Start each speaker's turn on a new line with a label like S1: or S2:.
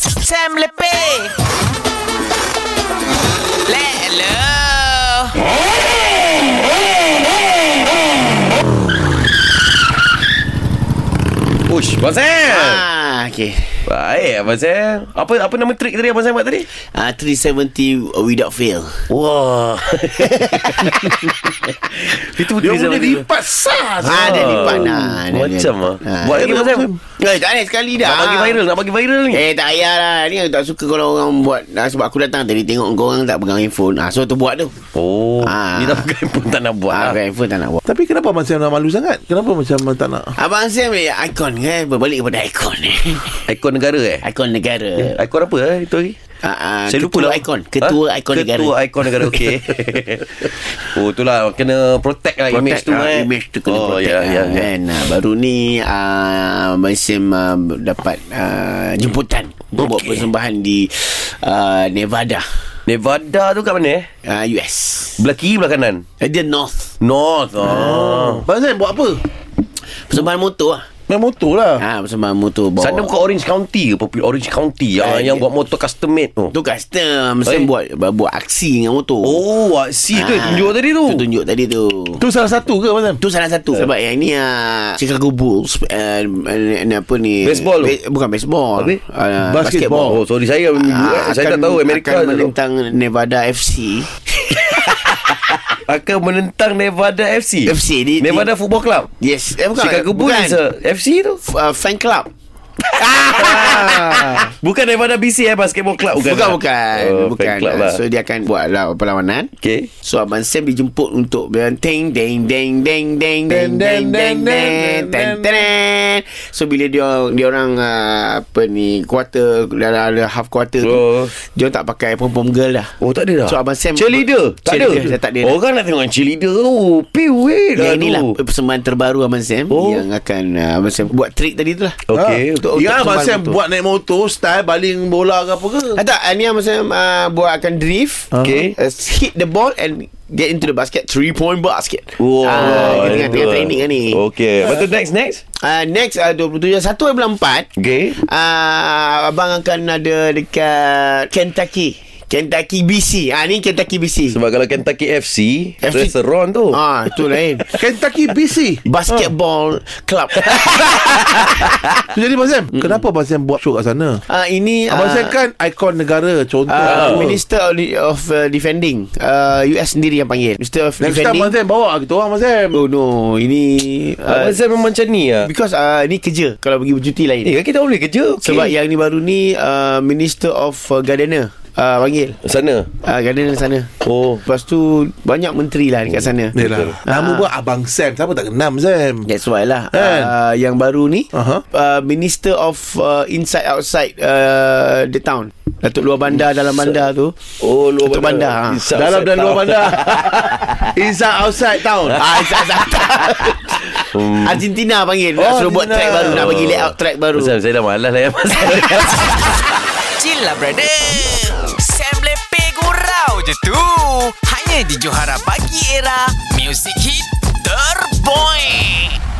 S1: Sam lebih Lelo
S2: Eh. Ush, Abang Sam.
S3: Ah, okay.
S2: Baik, Abang Sam. Apa apa nama trik tadi Abang Sam buat tadi?
S3: Ah, 370 without fail.
S2: Wah. Itu
S4: Dia
S2: betul
S4: boleh lipat sah.
S3: Ah, dia lipat nah. dia-
S2: Macam
S3: dia-
S2: ah. Buat lagi,
S3: dia-
S2: Abang Sam.
S3: Eh, tak ada sekali dah.
S2: Nak bagi viral, nak bagi viral ni.
S3: Eh tak payahlah Ni aku tak suka kalau orang buat ah, Sebab aku datang tadi Tengok korang tak pegang handphone ah, So tu buat tu
S2: Oh,
S3: Ah.
S2: ni tak pakai pun tak nak buat
S3: ah,
S2: lah.
S3: Pegang handphone tak nak buat
S4: Tapi kenapa Abang Sam nak malu sangat? Kenapa macam tak nak?
S3: Abang Sam ni ikon kan Berbalik kepada ikon ni
S2: Ikon negara eh?
S3: Ikon negara
S2: Ikon apa eh itu hari?
S3: Ah, ah,
S2: Saya lupa
S3: ketua
S2: lah
S3: ikon Ketua
S2: Ha?
S3: ikon
S2: ketua
S3: negara
S2: Ketua ikon negara Okey Oh itulah Kena protect lah image tu
S3: ah,
S2: eh.
S3: Image tu kena
S2: oh,
S3: protect
S2: ya, ya,
S3: ah,
S2: ya.
S3: kan. Ah, Baru ni uh, Masim uh, dapat uh, jemputan okay. Buat persembahan di uh, Nevada
S2: Nevada tu kat mana eh
S3: uh, US
S2: Belah kiri belah kanan
S3: Eh, Dia North
S2: North oh.
S4: Abang Sam buat apa?
S3: Persembahan motor lah
S4: Main motor lah.
S3: ha, Persembahan motor bawa
S2: Sana bukan Orange County ke Popi- Orange County yang,
S3: Ah,
S2: yang
S3: dia-
S2: buat motor custom made tu
S3: Tu custom Masim
S2: Eh.
S3: buat buat aksi dengan motor Ah,
S2: Oh I see tu yang tunjuk tadi tu Eh.
S3: Tu tunjuk tadi tu
S4: Tu salah satu ke Abang Sam?
S3: Tu salah satu Sebab yang ni uh, Chicago Bulls uh, Apa ni
S2: Baseball tu?
S3: Be- Bukan baseball
S2: Habis?
S3: Ah,
S4: Basketball.
S2: Oh sorry saya
S3: Ah,
S2: Saya tak
S3: akan-
S2: tahu Amerika
S3: akan
S2: je tu.
S3: menentang Nevada FC
S2: Akan menentang Nevada FC
S3: FC, di-
S2: Nevada Football Club
S3: Yes eh, bukan,
S2: Chicago
S3: bukan.
S2: Bulls eh, FC tu
S3: F- uh, Fan club
S2: Bukan daripada BC eh Basketball club
S3: Bukan
S2: Bukan
S3: Bukan
S2: lah.
S3: bukan,
S2: oh,
S3: bukan.
S2: fan club lah.
S3: So dia akan buat lah perlawanan
S2: Okay
S3: So Abang Sam dijemput untuk bilang Ding ding ding ding ding ding ding ding ding ding ding So bila dia dia orang ah, apa ni quarter dah ada half quarter
S2: Oh.
S3: tu dia orang tak pakai pom pom girl lah. dah.
S2: Oh tak ada dah
S3: So, Abang Sam-
S2: Cheerleader Tak ada
S3: Cheerleader, saya tak ada dah.
S2: Orang nak tengok cheerleader tu Piu eh
S3: Yang
S2: aduh.
S3: inilah persembahan terbaru Abang Sam
S2: Oh.
S3: yang akan ah, Abang Sam buat trick tadi tu lah.
S2: Okay
S4: Ha.
S3: Untuk-
S4: Ingat
S3: untuk
S4: Abang Sam
S3: persembahan motor.
S4: buat naik motor Style baling bola ke apa ke
S3: Ah, tak, ah, ni yang masa uh, buat akan drift,
S2: Okay.
S3: uh, hit the ball and get into the basket, three point basket.
S2: Wow
S3: Ah, kita tengah, tengah
S2: aduh.
S3: training kan ni.
S2: Okay
S4: Ah.
S2: Lepas tu next next
S3: Uh, next uh, 27 1 bulan 4
S2: Okay
S3: uh, Abang akan ada dekat Kentucky Kentucky BC Ah Ni Kentucky BC
S2: Sebab kalau Kentucky FC,
S3: FC.
S2: Restoran tu
S3: Ah tu lain
S4: Kentucky BC
S3: Basketball Club
S4: Tu Jadi Abang Sam Kenapa Abang Sam buat show kat sana
S3: Ah Ini ah,
S4: Abang Sam kan Ikon negara Contoh
S3: ah,
S4: apa.
S3: Minister of, of uh, Defending uh, US sendiri yang panggil Minister of
S4: Next time
S3: Defending
S4: Abang Sam bawa kita orang Abang Sam
S3: Oh no Ini uh,
S2: Abang
S4: Ah, eh.
S2: Sam memang macam ni lah
S3: Because uh, ini kerja Kalau pergi bercuti lain
S2: Eh kita boleh kerja okay.
S3: Sebab yang ni baru ni uh, Minister of uh, Gardener uh, Panggil
S4: ya-
S2: Sana
S3: Ah, gardener sana.
S2: Oh
S3: Lepas tu banyak menteri lah dekat sana.
S4: Yelah Nama
S2: Ah.
S4: pun Abang Sam Siapa tak kenal Abang Sam
S2: Ya.
S3: That's why lah
S4: Kan?
S3: uh, Yang baru ni
S4: Aha.
S3: uh, Minister of uh, Inside Outside uh, The town Datuk luar bandar Dalam bandar tu
S2: Oh luar
S3: Untuk bandar, ha.
S2: Inside
S4: Dalam
S2: outside
S4: dan luar
S2: town.
S4: bandar Inside outside town
S3: Ah, Inside Outside
S2: Hmm.
S3: Argentina panggil Nak
S4: Oh,
S3: suruh buat
S4: Argentina.
S3: track baru Nak bagi layout track baru
S2: Abang Sam saya dah malas lah ya Abang Sam
S1: Chill lah brother Sam lebih gurau je tu Hanya di Johara Pagi Era Music Hit Terbaik